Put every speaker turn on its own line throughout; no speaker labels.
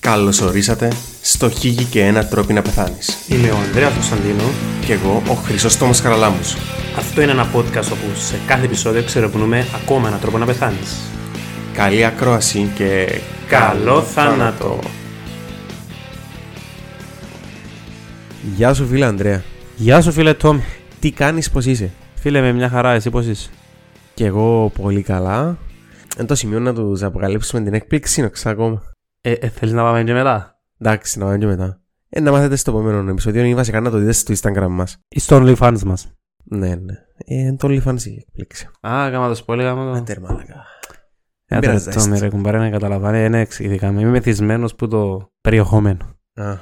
Καλώς ορίσατε στο Χίγη και ένα τρόπο να πεθάνεις.
Είμαι ο Ανδρέας Κωνσταντίνο.
Κι εγώ ο Χρυσόστομος Χαραλάμπους.
Αυτό είναι ένα podcast όπου σε κάθε επεισόδιο ξερευνούμε ακόμα έναν τρόπο να πεθάνεις.
Καλή ακρόαση και...
Καλό θάνατο.
Γεια σου φίλε Ανδρέα.
Γεια σου φίλε Τόμ.
Τι κάνεις, πώς είσαι.
Φίλε με μια χαρά, εσύ πώς είσαι.
Κι εγώ πολύ καλά. Εν το σημείο να τους αποκαλύψουμε την έκπληξη, είναι ακόμα.
Ε, ε, θέλεις να πάμε και μετά.
Εντάξει, να πάμε και μετά. Ε, να μάθετε στο επόμενο επεισόδιο ή βασικά να το δείτε στο Instagram μας.
Ή στο OnlyFans μας.
Ναι, ναι. Ε, το OnlyFans η έκπληξη.
Α, κάμα το σπόλι, κάμα το.
Άντε, ρε μαλάκα.
Ε,
πειράζει,
το με ρε κουμπάρε να Ε, ναι, καταλαβαίνει, είναι εξειδικάμε. Είμαι μεθυσμένος που το περιεχόμενο.
Α,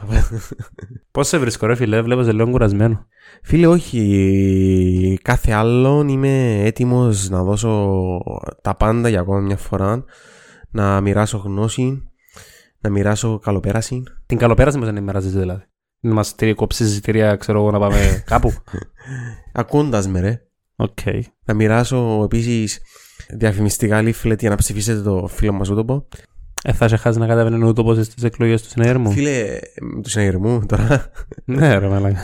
Πώς σε βρίσκω ρε φίλε, βλέπω σε λίγο κουρασμένο.
Φίλε, όχι. Κάθε άλλον είμαι έτοιμος να δώσω τα πάντα για ακόμα μια φορά. Να μοιράσω γνώση, να μοιράσω καλοπέραση.
Την καλοπέραση μας δεν ημεράζεις δηλαδή. Να μας τη κόψεις εισιτήρια, ξέρω εγώ, να πάμε κάπου.
Ακούντας με ρε.
Οκ. Ε,
Να μοιράσω επίσης διαφημιστικά leaflet για να ψηφίσετε το φίλο μας ούτωπο.
Ε, θα σε χάσει να κατέβαινε ο τόπο στις εκλογές του συνέργου μου.
Φίλε, εμ, του συναγερμού τώρα.
Ναι ρε μαλάκα.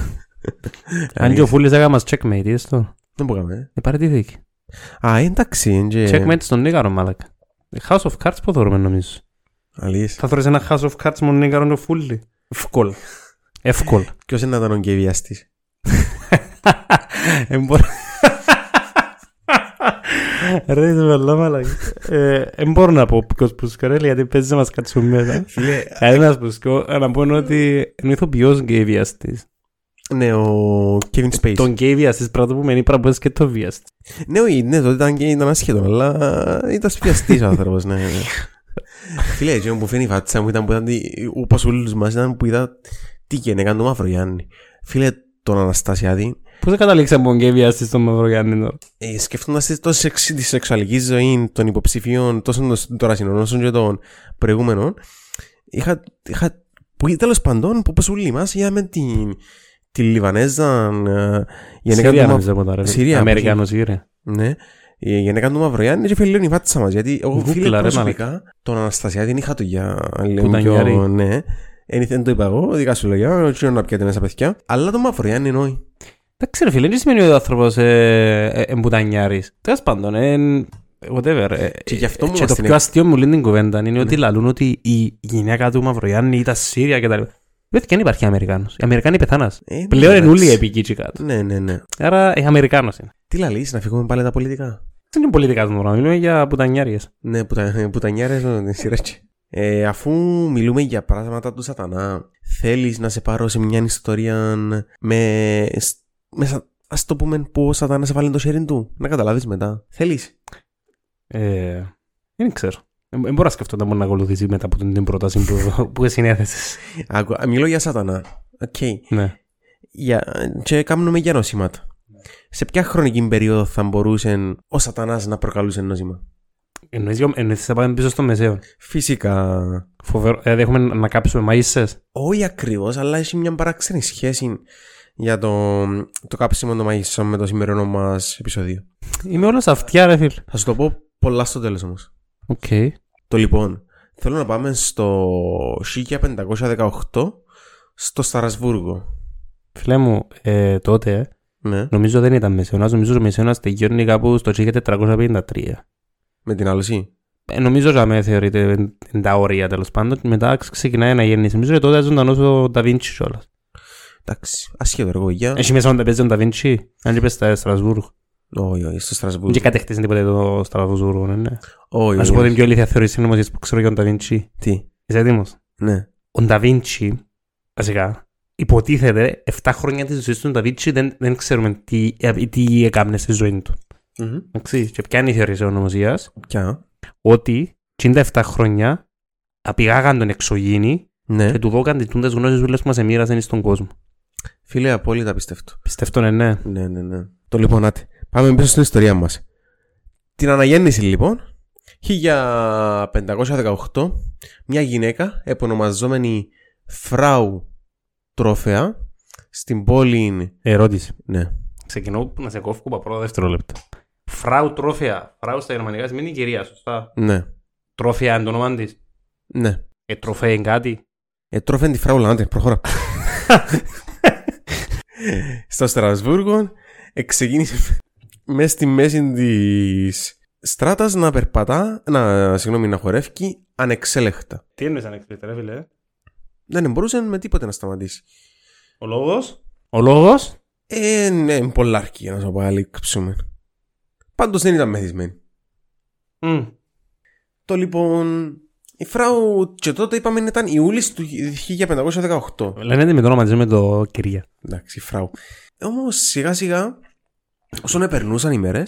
Αν και ο Φούλης έκαμε μας checkmate, είδες το.
Δεν μπορούμε. ε.
Ε, παρατηθήκε.
Α, εντάξει. είναι και-
Checkmate στον Νίκαρο μαλάκα. Ε, House of Cards που θεωρούμε νομίζω.
Αλήθεια.
Θα θωρείς ένα House of Cards μόνο Νίκαρο το Φούλη. Εύκολα. Εύκολα.
Ποιος είναι να ήταν ο γκεβιαστής.
Εν μπορώ- Ρε είσαι μαλά μαλάκα. Ε, Εν μπορώ να πω ποιος που σκορέλει γιατί παίζει να μας κάτσουν μέσα.
Φίλε,
Κανένας που σκο... ε, Να πω είναι ότι είναι ηθοποιός γκέι βιαστής.
ναι, ο Kevin Space.
Τον γκέι βιαστής πράγμα που μένει πράγμα και το βιαστή.
Ναι, όχι, ναι, τότε ήταν, και- ήταν ασχέτο, αλλά ήταν σπιαστής ο άνθρωπος, ναι. ναι. Φίλε, εκείνο που φαίνει η φάτσα μου ήταν που ήταν, τη- όπως όλους μας, ήταν που είδα τι γενέκα του Μαύρο Γιάννη. Φίλε, τον Αναστασιάδη,
Πώς θα καταλήξαμε τον γκέι βιαστή στον Μαυρογιάννη τώρα.
ε, σκεφτόντας τη- το σεξ, τη σεξουαλική ζωή των υποψηφίων, τόσο των τώρα όσο και των προηγούμενων, είχα, είχα που, τέλος παντών, που όπως όλοι μας, είδαμε την, τη Λιβανέζα ε, γενέκα του
Συρία
Μαύρου-
νομίζω ποτά ρε.
Συρία,
Αμερικάνος Συρία.
Ναι. Η γυναίκα του Μαυρογιάννη είχε λίγο η φάτσα μας, γιατί εγώ
Γούκλα,
φίλε
ρε,
προσωπικά τον Αναστασιά την είχα του για λίγο
ήταν
πιο...
γυαρή.
Ναι. Εν δεν το είπα εγώ, δικά σου λόγια, ο τσίνο να πιάτε μέσα παιδιά. Αλλά τον Μαυρογιάννη εννοεί.
Εντάξει ρε φίλε, δεν σημαίνει ότι ο άνθρωπος ε, ε, εμπουτανιάρης. Τέλος πάντων, εν- whatever. ε,
Και γι' αυτό μου Ναι.
και
μας
το
την
πιο
έ-
αστείο μου λέει την κουβέντα είναι ότι λαλούν ότι η γυναίκα του Μαυρογιάννη ήταν Σύρια και τα λοιπά. Βέβαια και αν υπάρχει Αμερικάνος. Οι Αμερικάνοι πεθάνας.
Ε, ναι,
Πλέον είναι
εντάξει.
όλοι επί εκεί και κάτω.
Ναι, ναι, ναι.
Άρα ε, Αμερικάνος είναι.
Τι λαλείς, να φύγουμε πάλι τα πολιτικά.
Δεν είναι πολιτικά μου πράγμα, μιλούμε για πουτανιάριες.
Ναι, που τα, που τα νιάρες με την σειρά και. Ε, αφού μιλούμε για πράγματα του σατανά, θέλεις να σε πάρω σε μια ιστορία με... σ- με σα- ας το πούμε που ο σατανάς έβαλε το χέρι του. Να καταλάβεις μετά. Θέλεις.
Ε, δεν ξέρω. Ε, Δεν μπορώ να σκεφτώ να μπορεί να ακολουθήσει μετά από την την πρόταση που, που συνέθεσες.
Άκου, μιλώ για σατανά. Οκ.
ναι.
Για... Και κάνουμε για νοσήματα. Σε ποια χρονική περίοδο θα μπορούσε ο σατανάς να προκαλούσε νόσημα.
Εννοείς, για- εννοείς θα πάμε πίσω στο μεσαίο.
Φυσικά.
Φοβερό. Δηλαδή έχουμε να κάψουμε μαΐσες.
Όχι ακριβώς, αλλά έχει μια παράξενη σχέση για το, το κάψιμο των μαγισσών με το σημερινό μας επεισόδιο.
Είμαι όλος αυτιά ρε φίλ.
Θα σου το πω πολλά στο τέλος όμως.
Οκ.
Το λοιπόν, θέλω να πάμε στο 1518 στο Σταρασβούργο.
Φίλε μου, ε, τότε
Ναι,
νομίζω δεν ήταν μεσαιωνάς. Νομίζω ο μεσαιωνάς τελειώνει κάπου στο 1453.
με την άλωση.
Ε, νομίζω ότι με θεωρείται εν- εν τα όρια τέλος πάντων. Μετά ξεκινάει να γέννηση. Νομίζω ότι τότε ζωντανός ο Νταβίντσι κιόλας.
Εντάξει, ασχέτω εγώ για.
Έχει μέσα να παίζει ο Νταβίντσι. Αν και πες στα Στρασβούργο.
Όχι, όχι, στο
Δεν
Στρασβούργο.
και κατεχτίζει τίποτε το Στρασβούργο. ναι, ναι.
Όχι,
Να σου πω
όχι.
την πιο ηλίθια θεωρήση συνωμοσίας που ξέρω για τον Νταβίντσι.
Τι,
Είσαι έτοιμος.
ναι.
ο Νταβίντσι, βασικά, υποτίθεται 7 χρόνια της ζωής του Νταβίντσι δεν, δεν ξέρουμε τι, ε, τι έκανε στη ζωή του. Εντάξει, και ποια είναι η θεωρία ονομασίας,
Ποια.
ότι 67 χρόνια απηγάγαν τον εξωγήινη
Ναι.
και του δώκαν τις τούντες γνώσεις που μα εμοίρασαν στον κόσμο.
Φίλε, απόλυτα πιστεύω.
Πιστεύω, ναι, ναι.
Ναι, ναι, ναι. Το λοιπόν, άτε. Πάμε πίσω στην ιστορία μας. Την αναγέννηση, λοιπόν. 1518, μια γυναίκα επωνομαζόμενη Φράου Τρόφεα στην πόλη.
Ερώτηση.
Ναι.
Ξεκινώ να σε κόφω από πρώτα δευτερόλεπτα. Φράου τρόφια. Φράου στα γερμανικά σημαίνει κυρία, σωστά.
Ναι.
Τρόφια είναι το όνομα της.
Ναι.
Ε, τροφέ είναι κάτι.
Ε, τρώφεν τη φράουλα, άντε, προχώρα. Στο Στρασβούργο ε, ξεκίνησε μέσα στη μέση της στράτας να περπατά, να, συγγνώμη, να χορεύει ανεξέλεκτα.
Τι εννοείς ανεξέλεκτα, ρε φίλε.
Δεν μπορούσε με τίποτε να σταματήσει.
Ο λόγος. Ο λόγος.
Ε, ναι, πολλάρκη, να σου απαλείψουμε. Πάντως δεν ήταν μεθυσμένη.
Μμ.
Το λοιπόν. Η Φράου και τότε είπαμε ήταν Ιούλη του 1518.
Λένε τη με το όνομα της, με το κυρία.
Εντάξει, φράου. Όμως σιγά σιγά, όσον περνούσαν οι μέρες,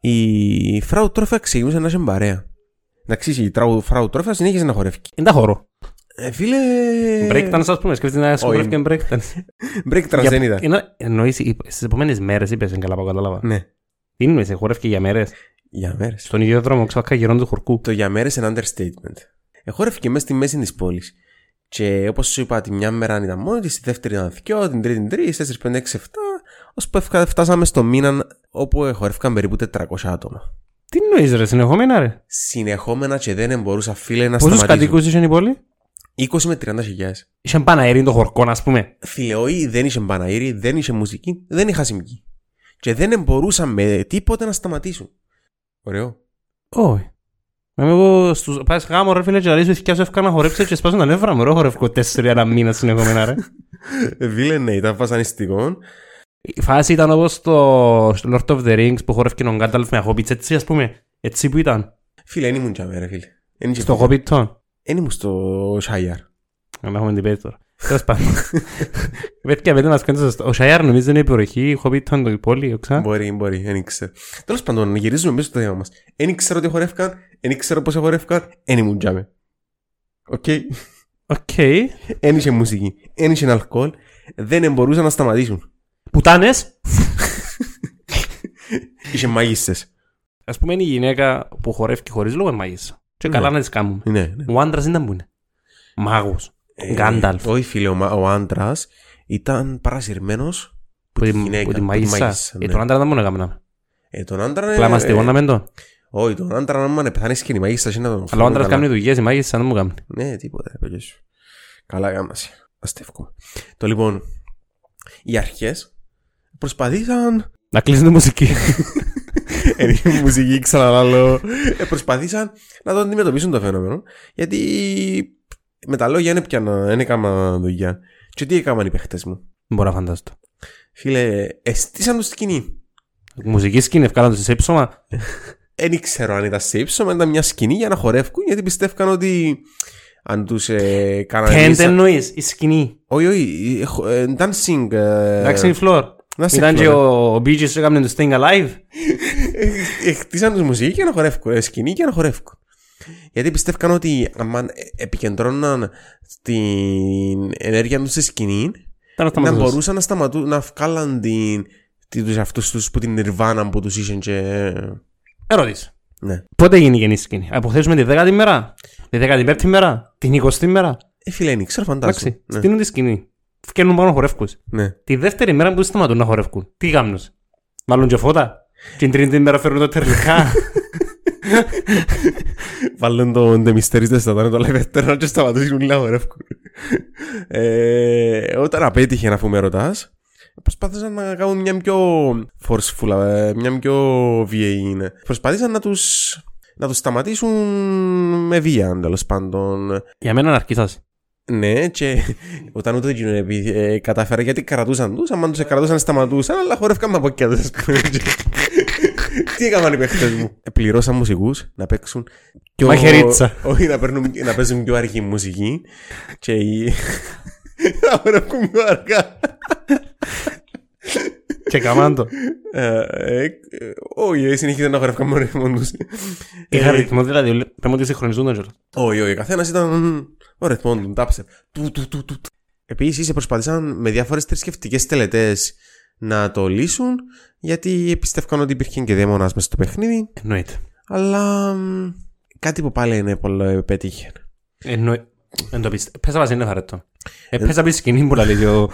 η φράου τρόφια ξεκινούσε να είσαι παρέα. Εντάξει, η τράου- φράου τρόφια συνέχισε να χορεύει.
Είναι τα χώρο.
Ε, φίλε.
Breakdance, ας πούμε, σκέφτεται να
Όχι.
σκορεύει και breakdance.
Breakdance
Για-
δεν ήταν.
είναι- Εννοείς, οι- στις επόμενες μέρες είπες, είναι καλά που κατάλαβα.
Ναι,
Τι εννοείς, χορεύει και για μέρες.
για μέρες.
Στον ίδιο δρόμο, ξαφνικά γερόν του χορκού.
Το για μέρες είναι understatement. Εχόρευκε μέσα στη μέση της πόλης. Και όπως σου είπα, τη μια μέρα ήταν μόνη της, τη δεύτερη ήταν δυο, την τρίτη την τρίτη, τέσσερις, πέντε, έξι, εφτά. Ώσπου ευκα- φτάσαμε στο μήνα όπου εχόρευκαν περίπου 400 άτομα.
Τι εννοείς ρε, συνεχόμενα ρε.
Συνεχόμενα και δεν μπορούσα, φίλε, να
Πόσους
σταματήσω.
κατοίκους είχε η πόλη.
20 με 30 χιλιάδες.
Είχε πάνω αερήν το χορκό, ας πούμε.
Φιλεόι δεν είχε μπαναήρι, δεν είχε μουσική, δεν είχα σημική. Και δεν μπορούσα με τίποτε να σταματήσω. Ωραίο.
Όχι. Να είμαι εγώ στους... Πας γάμο ρε φίλε και λαλείς «Θκιά σου εύκολα να χορέψεις και σπάσουν τα νεύρα μου ρε χορεύω τέσσερι ένα μήνα συνεχόμενα ρε.
Βίλε, ναι, ήταν βασανιστικό.
Η φάση ήταν όπως στο, στο Lord of the Rings που χορεύει ο Γκάνταλφ με Hobbits έτσι ας πούμε. Έτσι που ήταν.
Φίλε, δεν ήμουν τζαμέ, ρε φίλε. Εν είχε-
Στο Hobbit Town.
Εν ήμουν στο Σάιαρ.
Να μην έχουμε την πέτω τώρα. Τέλος πάντων. Βέβαια μετά μας κάνετε σωστά. Ο Σαϊάρ νομίζω είναι η περιοχή, η Hobbit Town το η πόλη, οξά.
Μπορεί, μπορεί, δεν ήξερα. Τέλος πάντων, γυρίζουμε πίσω στο θέμα μας. Δεν ήξερα ότι χορεύκαν, δεν ήξερα πώ χορεύκαν, δεν ήμουν τζαμέ. Οκ.
Οκ.
Δεν είχε μουσική, δεν είχε αλκοόλ, δεν μπορούσαν να σταματήσουν.
Πουτάνες.
Είχε μαγίστες.
Ας πούμε είναι η γυναίκα που χορεύει χωρίς λόγο είναι μάγισσα. Και καλά να τις κάνουμε.
Ναι, ναι.
Ο άντρας ήταν που είναι. Μάγος. Γκάνταλφ.
Ε, όχι φίλε, ο, μα- ο άντρας ήταν παρασυρμένος
Που τη-
γυναίκα,
που
που
τη
τη
μάγισσα.
μάγισσα,
Ε,
ναι.
Τον άντρα δεν μόνο έκανα.
Ε, τον άντρα. ε,
Απλά μας τεγόναμε τον.
Όχι, τον άντρα, άμα να πεθάνεις και η μαγίστα, είναι να τον
Αλλά ο
φάμε
άντρας
καλά.
κάνει δουλειές, η μάγισσα δεν μου κάνει.
Ναι, τίποτα, ρε παιδί σου. Καλά, γάμασε. Αστεύκομαι. Το λοιπόν, οι αρχές προσπαθήσαν.
Να κλείσουν τη μουσική.
Εν Ε, η μουσική, ξαναλάλο. Ε, προσπαθήσαν να το αντιμετωπίσουν το φαινόμενο. Γιατί με τα λόγια δεν πιανα, δεν έκανα δουλειά. Και τι έκαναν οι παίχτες μου.
Μπορώ να φανταστώ.
Φίλε, εστήσαν το σκηνή.
Μουσική σκηνή, ευκάλαν τους σε ύψωμα.
Δεν ήξερα αν ήταν σε ύψο, αν ήταν μια σκηνή για να χορεύουν, γιατί πιστεύκαν ότι αν τους ε, κάνανε...
Τέντε
μίσα-
εννοείς, η σκηνή.
Όχι, όχι, ε, χο- ε, dancing... ε,
Εντάξει, η φλόρ.
dancing
Ήταν και
floor,
ο ο Bee Gees έκαμε το Staying Alive.
ε. Ε, Χτίσαν τους μουσική για να χορεύουν, ε, σκηνή για να χορεύουν. Γιατί πιστεύκαν ότι αν επικεντρώναν την ενέργεια τους στη σκηνή,
Ήταν αυτά
να
μαζί μας.
μπορούσαν να σταματούν, να βγάλαν την, την, τους αυτούς τους που την νιρβάνα που τους είχαν και...
Ερώτηση.
Ναι.
Πότε έγινε η γεννή σκηνή. Αποθέσουμε τη δέκατη μέρα, τη δεκατηπέπτη μέρα, την εικοστή μέρα.
Ε, φίλε, δεν ήξερα, φαντάζομαι.
Εντάξει,
Ναι,
στείλουν τη σκηνή. Φκαίνουν πάνω χορεύκους.
ναι.
Τη δεύτερη μέρα που σταματούν να χορεύκουν. Τι γάμνουν. Μάλλον και φώτα. Την τρίτη μέρα φέρνουν τα τερλικά.
Βάλουν τον The Mysteries στα τάνε το live eternal και σταματήσουν να χορεύκουν. Ε, όταν απέτυχε να με ρωτάς, προσπάθησαν να κάνουν μια πιο forceful, ε, μια πιο βίαιη είναι. Προσπαθήσαν να τους, να τους σταματήσουν με βία, τέλος πάντων.
Για μένα αρκεί σας.
Ναι, και όταν ούτε εκείνο επι- ε, κατάφερε, γιατί κρατούσαν τους, άμα τους κρατούσαν σταματούσαν, αλλά χορεύκαμε από κάτω. ας πούμε. Τι έκαναν οι παίχτες μου. Ε, Πληρώσαν μουσικούς να παίξουν. πιο-
Μαχαιρίτσα.
Όχι, να, παίρνουν, να παίζουν πιο αργή μουσική. Και οι- να χορεύουν πιο αργά.
Και καμάντο.
Ε, ε, ε, Όχι, ε, συνεχίζαν να χορεύκαμε μόνο τους. Ε,
Είχα ρυθμό δηλαδή. Πρέπει να ότι συγχρονιζόταν κιόλας.
Όχι, όχι. Καθένας ήταν. Ο ρυθμός του, τάψε. Του, του, του, του. Επίση, προσπαθήσαν με διάφορες θρησκευτικές τελετές να το λύσουν, γιατί πίστευκαν ότι υπήρχε και δαίμονας μέσα στο παιχνίδι,
Εννοείται.
αλλά μ, κάτι που πάλι είναι πολύ πέτυχε.
Εννοείται. Δεν το πίστευα. Πέσα μας είναι χαρακτό. Ε, πέσα πει σκηνή που λέει ο...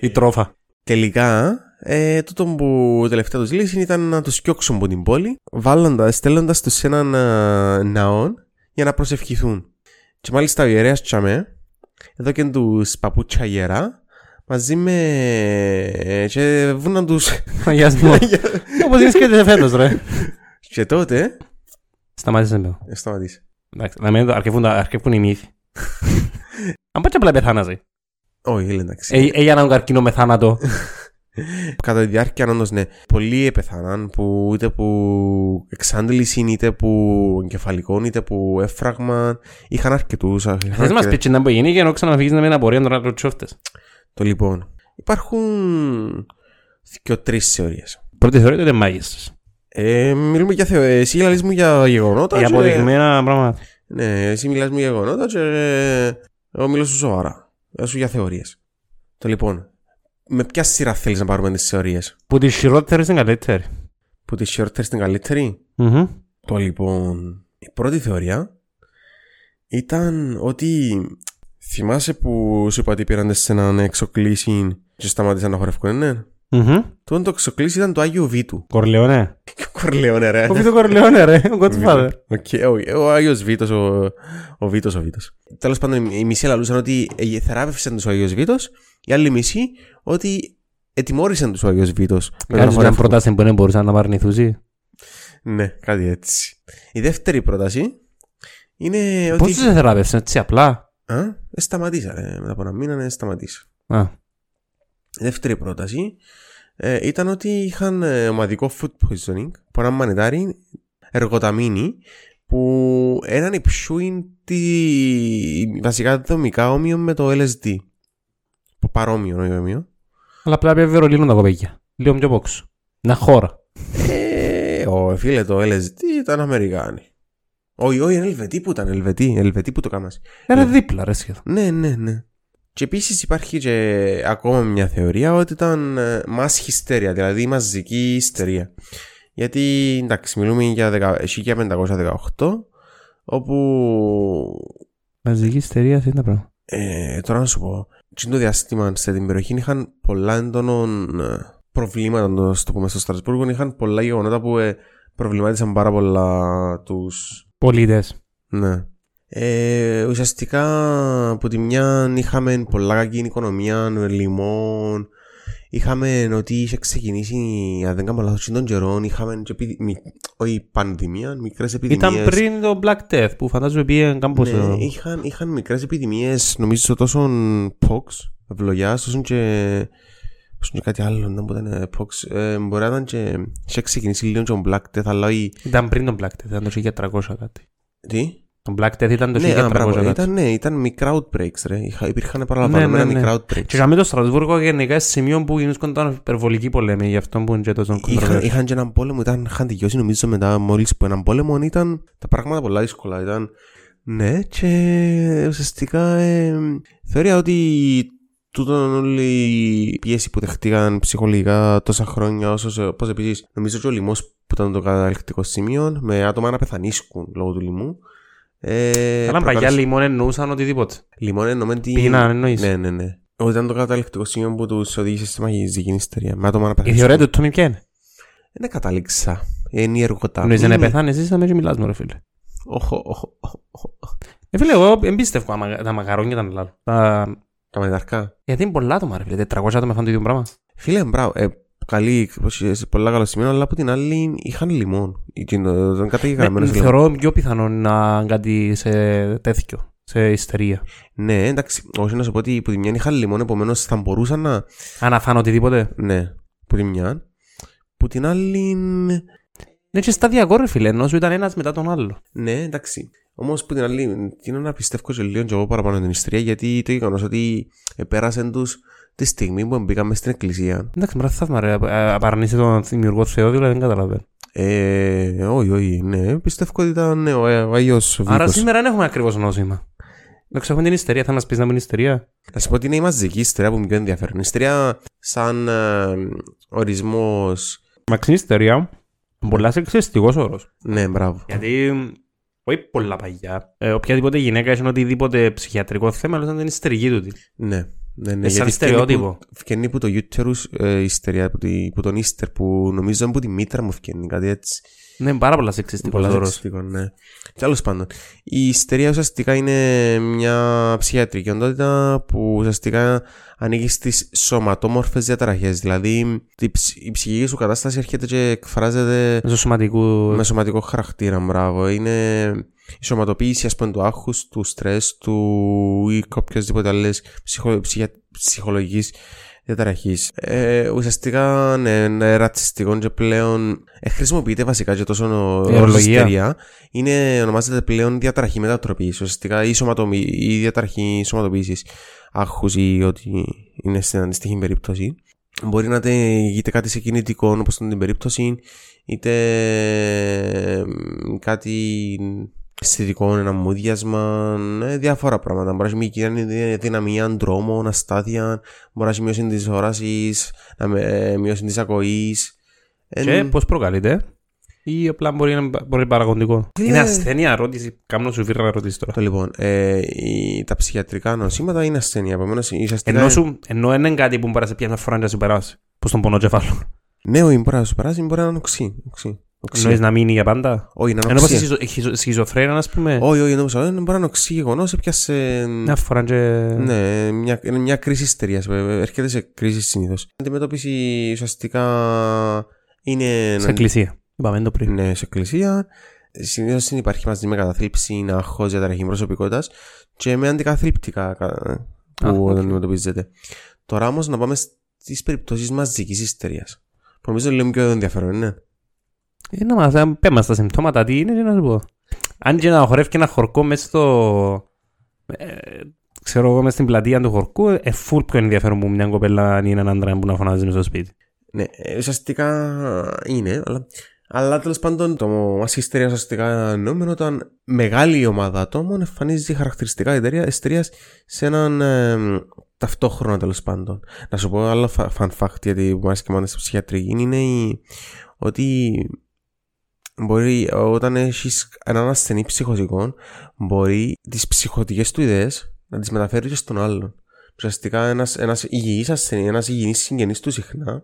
η τρόφα.
Τελικά, ε, τούτο που τελευταία τους λύση ήταν να τους κιόξουν από την πόλη, βάλλοντας, στέλνοντας τους σε έναν ε, ναό για να προσευχηθούν. Και μάλιστα ο ιερέας Τσαμέ εδώ και τους παπούτσια γερά μαζί με. ε, και βούναν τους.
Αγιασμό. Όπως είναι και φέτος ρε.
και τότε.
Σταμάτησες με.
Ε, Σταματήσε.
Εντάξει, να μην αρκεύουν, τα- αρκεύουν οι μύθοι. Αν πάτε απλά πεθάναζε.
Όχι, λέει εντάξει.
Ε, Έγινα τον καρκίνο με θάνατο.
Κατά τη διάρκεια, όντω, ναι. Πολλοί επεθάναν που είτε που εξάντληση, είτε που εγκεφαλικών, είτε που έφραγμα. Είχαν αρκετούς.
Θες να μας πεις τι να μπορεί γίνει για να ξαναφύγεις να μην απορία των άλλων τσόφτες.
Το λοιπόν. Υπάρχουν. και τρεις θεωρίες.
Πρώτη θεωρία ήταν μάγισσες.
Ε, μιλούμε για θεω... Εσύ μιλάς μου για γεγονότα.
Για
και-
αποδειγμένα Ε, πράγματα.
Ναι, εσύ μιλάς μου για γεγονότα και ε, εγώ μιλώ σου σοβαρά. Μιλάω σου για θεωρίες. Το λοιπόν, με ποια σειρά θέλεις να πάρουμε τις θεωρίες.
Που τη χειρότερη είναι καλύτερη.
Που τη χειρότερη στην καλύτερη.
Μμμ.
Το λοιπόν, η πρώτη θεωρία ήταν ότι θυμάσαι που σου είπα ότι πήραν σε έναν εξοκλήσιν και σταμάτησαν να χορεύκουν, ναι.
Μμμ.
Τον το εξοκλήσι ήταν το Άγιο Βήτου.
Κορλαιόνε.
Και ο Κορλαιόνε ρε.
Ο Βίτο Κορλαιόνε ρε, ο Godfather.
Οκ, ο- ο Άγιος Βήτο, ο, ο Βήτο, ο Βήτο. Τέλος πάντων, οι μισοί λαλούσαν ότι ε, θεράπευσαν τους ο Άγιο Βήτο, οι άλλοι μισοί ότι ετοιμώρησαν του ο Άγιο Βήτο.
Κάνεις μια πρόταση που δεν μπορούσαν να παρνηθούσει.
Ναι, κάτι έτσι. Η δεύτερη πρόταση είναι
Πώς
ότι.
τους θεράπευσαν έτσι απλά.
Α, ε, σταματήσα. Ρε. Μετά από ένα μήνα, ε, σταματήσα.
Α,
Η δεύτερη πρόταση ε, ήταν ότι είχαν ε, ομαδικό food poisoning από ένα μανιτάρι εργοταμίνη που έναν υψούιν τη βασικά δομικά όμοιο με το LSD. Που Παρόμοιο, όχι όμοιο.
Αλλά απλά πήγε Βερολίνο τα κοπέκια. Λίγο πιο πόξο. Μια χώρα.
Ε, ο φίλε το LSD ήταν Αμερικάνοι. Όχι, όχι, Ελβετοί που ήταν, Ελβετοί, Ελβετοί που το κάμας.
Ένα δίπλα Ε, ρε σχεδόν.
Ναι, ναι, ναι. Και επίσης υπάρχει και ακόμα μια θεωρία ότι ήταν ε, mass hysteria, δηλαδή μαζική ιστερία. Γιατί εντάξει, μιλούμε για δεκα- 1518, όπου.
Μαζική ιστερία είναι τα πράγματα.
Ε, τώρα να σου πω. Τσιν το διάστημα σε την περιοχή είχαν πολλά έντονων ε, προβλήματα, να το στο πούμε στο Στρασβούργο. Είχαν πολλά γεγονότα που ε, προβλημάτισαν πάρα πολλά τους
Πολίτες.
ναι. Ε, ουσιαστικά από τη μια είχαμε πολλά κακή οικονομία, λιμών, είχαμε ότι είχε ξεκινήσει, αν δεν κάνω λάθος, των καιρών, είχαμε και επι... μι... όχι πανδημία, μικρές επιδημίες.
Ήταν πριν το Black Death που φαντάζομαι πήγε κάπως...
Ναι,
ε,
είχαν, είχαν μικρές επιδημίες, νομίζω τόσο pox, ευλογιάς, τόσο και, τόσο και κάτι άλλο, δεν μπορεί να ήταν ε, pox. Ε, μπορεί να ήταν και, είχε ξεκινήσει λίγο και ο Black Death, αλλά η...
Ήταν πριν το Black Death, ήταν το 1300 κάτι.
Τι?
Το Black Death ήταν το
Ναι, α, μπράβο,
1300 κάτι.
ήταν, ναι, ήταν μικρά outbreaks, ρε. Είχα, υπήρχαν παραλαμβανόμενα
ναι, ναι.
μικρά outbreaks.
Και είχαμε το Στρασβούργο γενικά σε σημείο που γινόταν υπερβολική πολέμη, γι' αυτό που είναι και τόσο
Είχαν,
κοντροβέρση.
είχαν και έναν πόλεμο, ήταν, είχαν δικαιώσει νομίζω μετά μόλις που έναν πόλεμο, ήταν τα πράγματα πολλά δύσκολα. Ήταν, ναι, και ουσιαστικά ε, θεωρία ότι τούτον όλη η πίεση που δεχτήκαν ψυχολογικά τόσα χρόνια, όσο όπως επίσης νομίζω και ο λοιμός που ήταν το καταληκτικό σημείο, με άτομα να πεθανίσκουν λόγω του λοιμού. Ε,
Αλλά παγιά
προκάλεσε-
λιμόν εννοούσαν οτιδήποτε.
Λιμόν εννοούμε την...
Πίναν εννοείς.
Ε, Ναι, ναι, ναι. Ότι ήταν το καταληκτικό σημείο που τους οδήγησε στη μαγική ιστορία. Με άτομα να
Η
πεθάνουν.
θεωρία του Τόμι ποια είναι.
Δεν κατάληξα. Είναι η εργοτά.
Εννοείς δεν πεθάνεις εσύ, θα με μιλάς μου ρε φίλε.
Οχο, οχο, οχο, οχο.
Ε, φίλε, εγώ εμπίστευκω άμα τα μακαρόνια ήταν λάθος. Τα-
Τα μεταρκά.
Γιατί είναι πολλά άτομα ρε φίλε, 400 άτομα φάνε το ίδιο πράγμα.
Φίλε, μπράβο. Ε, καλή, όπως είσαι, πολλά καλό σημείο, αλλά από την άλλη είχαν λιμόν. Δεν κατάγει
Ναι,
γραμμένο σε λιμόν.
θεωρώ πιο πιθανό να είναι κάτι σε τέτοιο, σε ιστερία.
Ναι, εντάξει. Όχι να σου πω ότι που τη μια είχαν λιμόν, επομένως θα μπορούσαν να.
Αν αφάνω οτιδήποτε.
Ναι, που τη μια. Που την άλλη.
Ναι, και σταδιακό ρε φίλε, ενώ σου ήταν ένας μετά τον άλλο.
Ναι, εντάξει. Όμως που την άλλη, είναι να πιστεύω σε λίγο και εγώ παραπάνω την ιστορία, γιατί το γεγονός ότι επέρασαν τους τη στιγμή που μπήκαμε στην εκκλησία.
Εντάξει, μπράβο, θαύμα ρε, α- απαρνείσαι τον δημιουργό του Θεόδηλα, δεν καταλαβαίνω.
Ε, όχι, όχι, ναι, πιστεύω ότι ήταν ναι, ο, ο Άγιος Βίκος.
Άρα σήμερα δεν έχουμε ακριβώς νόημα. Εντάξει, έχουμε την ιστερία, θα μας πεις να μην είναι ιστερία.
Να σου πω ότι είναι η μαζική ιστορία που μου πιο ενδιαφέρον. Η ιστορία σαν ε, ορισμός.
Μαξιν ιστερία, πολλά σεξιστικός όρος.
Ναι, μπράβο.
Γιατί, όχι πολλά παγιά, ε, οποιαδήποτε γυναίκα έχει οτιδήποτε ψυχιατρικό θέμα, αλλά ήταν ιστερική τούτη.
Ναι, ναι, ναι.
Ε, σαν
γιατί
στερεότυπο.
Φκαινεί που, φκαινεί που το uterus ε, η ιστορία, που, τη- που τον ύστερ, που νομίζω είναι που τη μήτρα μου φκαινεί, κάτι έτσι.
Ναι, πάρα πολλά σεξιστικό
Πολλά
όρο.
σεξιστικό, ναι. Τέλο πάντων, η ιστερία ουσιαστικά είναι μια ψυχιατρική οντότητα που ουσιαστικά ανήκει στις σωματόμορφες διαταραχές. Δηλαδή, η, ψ- η ψυχική σου κατάσταση έρχεται και εκφράζεται
Μέσω σωματικού.
με σωματικό χαρακτήρα. Μπράβο. Είναι η σωματοποίηση ας πούμε, του άγχους, του στρες, του ή οποιασδήποτε άλλες ψυχο... ψυχια... ψυχολογικής διαταραχής. Ε, ουσιαστικά ναι, είναι ρατσιστικό και πλέον ε, χρησιμοποιείται βασικά και τόσο ο-
Η ορολογία.
ως ιστερία. Είναι, ονομάζεται πλέον διαταραχή μετατροπής. Ουσιαστικά η, σωματομη... η διαταραχή σωματοποίησης άγχους ή ότι είναι στην αντίστοιχη περίπτωση. Μπορεί να είτε είτε κάτι σε κινητικό όπως ήταν την περίπτωση είτε εμ, κάτι αισθητικό, ένα μούδιασμα, ε, διάφορα πράγματα. Μπορείς να έχει μια κοινωνική δυναμία, ντρόμων, αστάθεια, μπορείς να έχει μείωση τη όραση, μείωση τη ακοή. Ε,
Και
ναι.
πώς προκαλείται. Ή απλά μπορεί να μπορεί να είναι παραγωγικό. Είναι ασθένεια ερώτηση. Κάμνο σου βίρνα ερώτηση τώρα.
Το λοιπόν, ε, η- τα ψυχιατρικά νοσήματα είναι ασθένεια. Επομένως, ουσιαστικά.
Ενώ, σου, ενώ δεν είναι κάτι που μπορεί να σε πιάσει μια φορά και να σου περάσει. Πώς τον πονό κεφάλαιο.
Ναι, όχι, μπορεί να σου περάσει, μπορεί να είναι οξύ. οξύ, οξύ.
Εννοείς να μείνει για πάντα.
Όχι, να είναι
Ενώ πα
οξύ.
σχιζοφρένα, ας πούμε.
Όχι, όχι, εννοούσα, ε, μπορεί να είναι οξύ γεγονό, έπιασε.
Μια φορά και.
Ναι, μια, είναι μια κρίση ιστερίας. Έρχεται σε κρίση συνήθως. Η αντιμετώπιση ουσιαστικά είναι.
Σε εκκλησία. Είπαμε το πριν.
Ναι, σε εκκλησία. Συνήθως συνυπάρχει μαζί με καταθλίψη, άγχο, διαταραχή προσωπικότητας και με αντικαθλιπτικά κα- που
Α, οκ.
αντιμετωπίζεται. Τώρα όμως να πάμε στις περιπτώσεις μαζικής ιστερίας. Που νομίζω λίγο πιο ενδιαφέρον, ναι.
Ε, να μας να πέμε στα συμπτώματα, τι είναι και να σου πω. Αν και να χορεύει και ένα χορκό μέσα στο... Ε, ξέρω εγώ, μέσα στην πλατεία του χορκού, ε, φουλ πιο ενδιαφέρον που μια κοπέλα ή έναν άντρα που να φωνάζει μέσα στο σπίτι.
Ναι, ε, ουσιαστικά είναι, αλλά, αλλά τέλος πάντων το μασική ιστερία ουσιαστικά εννοούμε όταν μεγάλη ομάδα ατόμων εμφανίζει χαρακτηριστικά εταιρεία ιστερία σε έναν ε, ταυτόχρονο τέλος πάντων. Να σου πω άλλο φα- fun fact γιατί μου αρέσει και μου αρέσει η ψυχιατρική είναι η, ότι μπορεί όταν έχεις έναν ασθενή ψυχοτικό μπορεί τις ψυχοτικές του ιδέες να τις μεταφέρεις και στον άλλον. Ουσιαστικά ένας, ένας υγιής ασθενή, ένας υγιής συγγενής του συχνά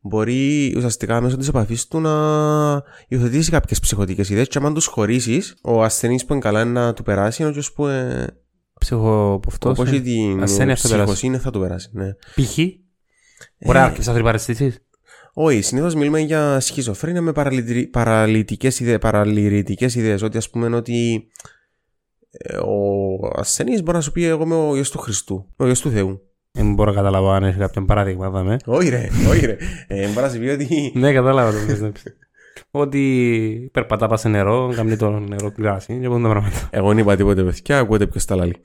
μπορεί ουσιαστικά μέσω της επαφής του να υιοθετήσει κάποιες ψυχοτικές ιδέες. Και άμα τους χωρίσει, ο ασθενής που είναι καλά είναι να του περάσει, ενώ ποιος που ε,
Ψυχο από αυτός.
όπως
ε.
έχει την
ασθένεια θα περάσει.
ψυχοσύνη θα του περάσει. Ναι. Ε,
Π.χ. Μπορεί να αρκεψει να θρυπαρεστήσεις.
Όχι, συνήθως μιλούμε για σχιζοφρένεια με παραλυτικές ιδέες. Παραλυρητικές ιδέες, Ότι ας πούμε ότι ε, ο ασθενής μπορεί να σου πει: Εγώ είμαι ο ιό του Χριστού, ο ιό του Θεού.
Δεν Ε, μπορώ να καταλάβω αν έχεις κάποιο παράδειγμα, δάμε.
Όχι, ρε, όχι, ρε. Ε, μπορεί να σου πει ότι.
ναι, κατάλαβα το που θες να πεις. Ότι περπατά πας σε νερό, κάνει το νερό κράσι και πόντα πράγματα.
Εγώ δεν είπα τίποτε παιδιά, ακούτε ποιος τα λαλεί.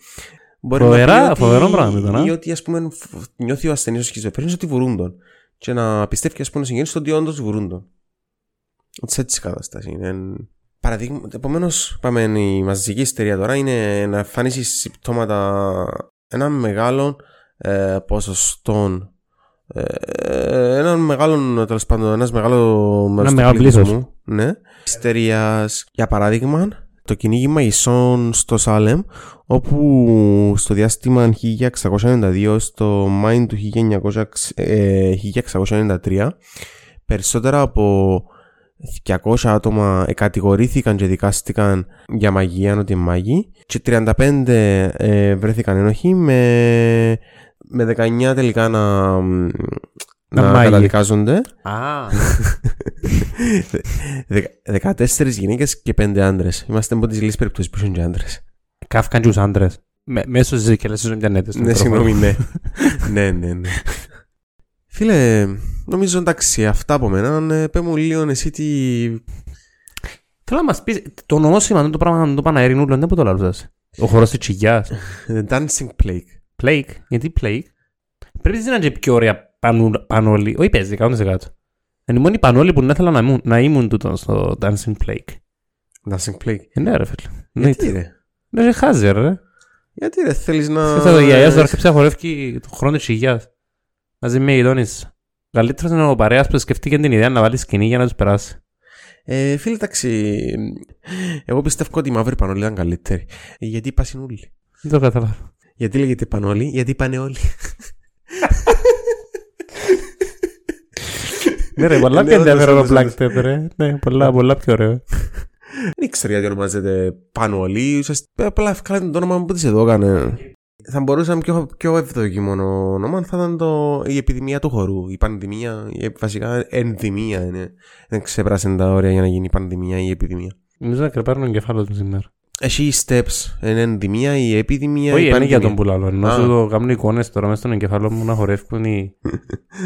Μπορεί
Φοβερά-
πει
φοβερό πράγμα ήταν, α.
Ή ότι ας πούμε, φ- νιώθει ο ασθενής ο σχιζοφρένης ότι βουρούν τον. Και να πιστεύει, ας πούμε, συγγενή ότι όντω βουρούν τον. Ότι σε έτσι η κατάσταση είναι. Παραδείγμα, επομένως, πάμε η μαζική ιστερία τώρα είναι να εμφανίσεις συμπτώματα ένα μεγάλο ε, ποσοστό. Ε, έναν μεγάλο, τέλος πάντων, ένας μεγάλο μέρος του
μεγάλο
πληθυσμού,
πλήθος.
Ναι. Ιστερίας, για παράδειγμα, το κυνήγι μαγισσών στο Σάλεμ, όπου στο διάστημα 1692 στο Μάιν του 1900, ε, 1693 περισσότερα από 200 άτομα κατηγορήθηκαν και δικάστηκαν για μαγεία, ότι είναι μάγοι και 35 ε, βρέθηκαν ένοχοι με, με 19 τελικά να,
Να
να
μάγοι.
καταδικάζονται
Α,
14 γυναίκες και 5 άντρες είμαστε από τις λίγες περιπτώσεις που έχουν και άντρες
κάφκαν τους άντρες. Με- Μέσω στις ζυκελές τους μηδιανέτες.
Ναι, συγγνώμη, ναι. ναι, ναι, ναι. Φίλε, νομίζω εντάξει, αυτά από μένα. Ε, Πε μου λίγο εσύ τι.
Θέλω να μας πεις, το νόσημα είναι το πράγμα να το πάνε αερινού, δεν που το λάλλω σας. Ο χορός της τσιγιάς.
The dancing plague.
Πλέικ, γιατί πλέικ. Πρέπει να είναι και πιο ωραία πανού- πανόλη. Όχι παίζει, 100%. Είναι η μόνη πανόλη που δεν ήθελα να ήμουν, να ήμουν τούτον στο Dancing Plague.
Dancing plague.
Ε, ναι ρε φίλε. Ναι,
Γιατί ρε.
ναι, ρε χάζερ ρε.
Γιατί ρε, θέλεις να.
Σκέφτα Ε, το γιαγιάς τώρα χτύψα χορεύει το χρόνο της τσιγιάς. Μαζί με γειτόνις. Καλύτερος είναι ο παρέας που σκεφτήκε την ιδέα να βάλει σκηνή για να τους περάσει.
Ε, φίλε, εντάξει. Εγώ πιστεύω ότι η μαύρη πανόλη ήταν καλύτερη. Ε, Γιατί πάσουν όλοι.
Δεν το καταλάβω.
Γιατί λέγεται πανόλη, γιατί πάνε όλοι.
Ναι ρε, πολλά
Ναι,
πιο
όντως,
ενδιαφέρον ο
όντως, όντως.
Black Death ρε. Ναι, πολλά, πολλά πιο ωραίο.
Δεν ξέρω γιατί ονομάζεται Πανολί. Ουσιαστικά απλά βγάλατε το όνομα που της εδώ έκανε. Θα μπορούσαν πιο, πιο ευδοκιμόνο όνομα θα ήταν το, η επιδημία του χορού. Η πανδημία, η, βασικά ενδημία είναι. Δεν ξεπράσαν τα όρια για να γίνει η πανδημία ή η επιδημία.
Νομίζω να κρεπάρουν ο κεφάλος μου σήμερα.
Έχει οι steps. Είναι ενδημία, η επιδημία,
Όχι,
η
είναι
πανδημία.
για τον πουλάλο. Ενώ
Α.
σου το κάνουν εικόνες τώρα μέσα στον εγκεφάλο μου να χορεύουν οι-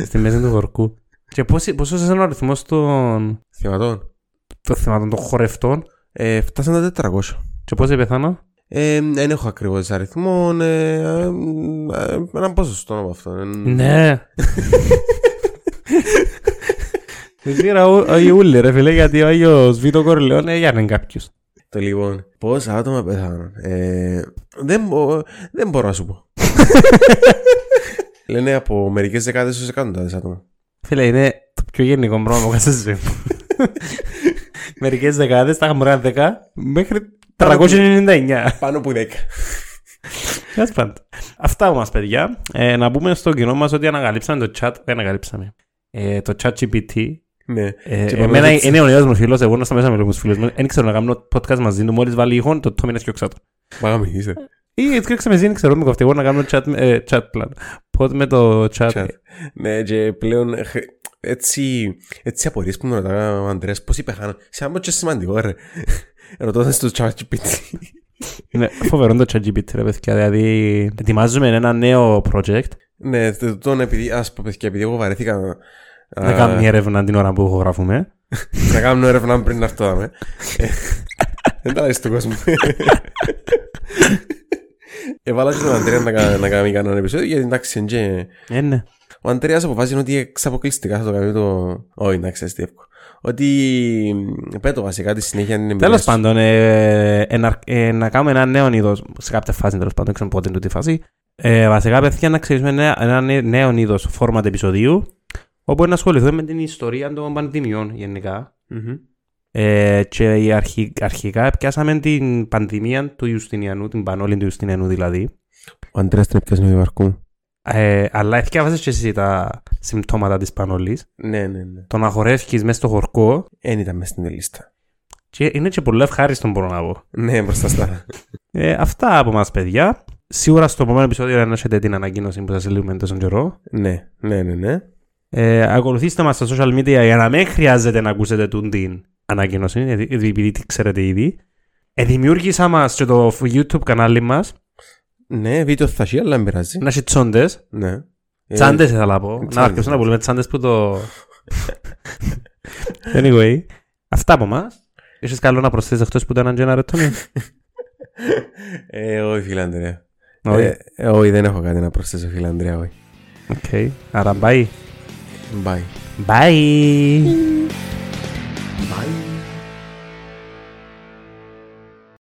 στη μέση του χορκού. Και πόσοι- πόσος είναι ο αριθμός των
Θεματών.
των θεμάτων των χορευτών
Ε, φτάσαν τα 400.
και πόσοι πεθάνω.
Ε, δεν έχω ακριβώς αριθμό. Ε, ε, ε, ένα ποσοστό από αυτό. Ε,
Ναι. Δεν πήρα ο- οι ούλοι ρε φίλε γιατί ο Άγιος Βίτο Κορλαιόν έγινε κάποιος.
Το λοιπόν, πόσα άτομα πεθάνουν. Ε, δεν, μπο- δεν μπορώ να σου πω. Λένε από μερικές δεκάδες ω εκατοντάδες άτομα.
Φίλε, είναι το πιο γενικό πράγμα που κάνεις στη ζωή μου. Μερικές δεκάδες, τα είχαμε δεκά, μέχρι 399.
Πάνω από 10.
Τέλος πάντων. Αυτά όμως παιδιά. Ε, να πούμε στο κοινό μας ότι ανακαλύψαμε το chat, δεν ανακαλύψαμε. Ε, το chat GPT.
ναι.
Ε,
Και
εμένα
πάμε-
είναι ο νέος μου φίλος, εγώ να στα μέσα με τους φίλους μου. Δεν ξέρω να κάνω podcast μαζί του, μόλις βάλει ήχον, το Tommy είναι σκιωξά του.
Πάμε, είσαι.
Ή έτσι με δεν ξέρω, με κοφτεί, εγώ να κάνω chat, ε, chat plan. Πότε με το chat.
Chat. Ναι, και πλέον ε, χ- έτσι, έτσι απορίες που με ρωτάει ο Ανδρέας πώς υπέχαν. Σε άμα και σημαντικό, ρε. Ρωτώντας το chat GPT.
Είναι φοβερό το chat GPT, ρε παιδιά. Δηλαδή, ετοιμάζουμε ένα νέο project
ναι, τε- τον επειδή, ας πω παιδιά, επειδή εγώ βαρέθηκα να-
να
α, ε.
κάνουμε μια έρευνα την ώρα που ηχογραφούμε.
να κάνω έρευνα πριν να έρθω δάμε. Ε, Δεν τα λέει στον κόσμο. Έβαλα και τον Αντρέα να, κα- να κάνει κανένα επεισόδιο γιατί εντάξει και
Ε, ναι.
ο Αντρέας αποφάσισε ότι εξαποκλειστικά θα το κάνει το... Όχι, να ξέρεις τι εύκολο. Ότι μ, πέτω βασικά τη συνέχεια είναι
Τέλος πάντων, ε, ε, να- ε, να κάνουμε ένα νέο είδος. Σε κάποια φάση, τέλος πάντων, δεν ξέρω πότε είναι τούτη η φάση. Ε, βασικά, παιδιά, να ξέρουμε ένα, ένα νέ- νέο είδος format επεισοδίου όπου να ασχοληθούμε με την ιστορία των πανδημιών γενικά. Ε, και η αρχι, αρχικά πιάσαμε την πανδημία του Ιουστινιανού, την πανόλη του Ιουστινιανού δηλαδή.
Ο Αντρέας την έπιασε με βαρκού.
Ε, αλλά έφτιαβασες και εσύ τα συμπτώματα της πανολής.
Ναι, ναι, ναι.
Το να χορεύεις μέσα στο χορκό
Εν ήταν μέσα στην λίστα.
και είναι και πολύ ευχάριστο μπορώ να πω.
Ναι, μπροστά στα.
Ε, αυτά από μας παιδιά. Σίγουρα στο επόμενο επεισόδιο να έχετε την ανακοίνωση που σας λέμε τόσο καιρό.
ναι, ναι, ναι, ναι.
Ε, ακολουθήστε μας στα social media για να μην χρειάζεται να ακούσετε τούν την ανακοίνωση, γιατί- επειδή τη ξέρετε ήδη. Ε, δημιούργησα μας και το YouTube κανάλι μας,
Ναι, βίντεο θα έχει, αλλά δεν πειράζει.
να έχει τσόντες.
Ναι. Ε,
Τσάντες ήθελα να πω.
τσάντες.
Να αρκεψω να πουλούμε τσάντες που το... anyway, αυτά από μας. Είσαι καλό να προσθέσεις αυτός που ήταν Αντζένα Ρετώνη.
Ε, όχι, φίλε Αντρέα.
Όχι.
Ε, ε, όχι, δεν έχω κάτι να προσθέσω, φίλε Αντρέα, όχι.
Οκ. Άρα, bye.
Bye.
Bye.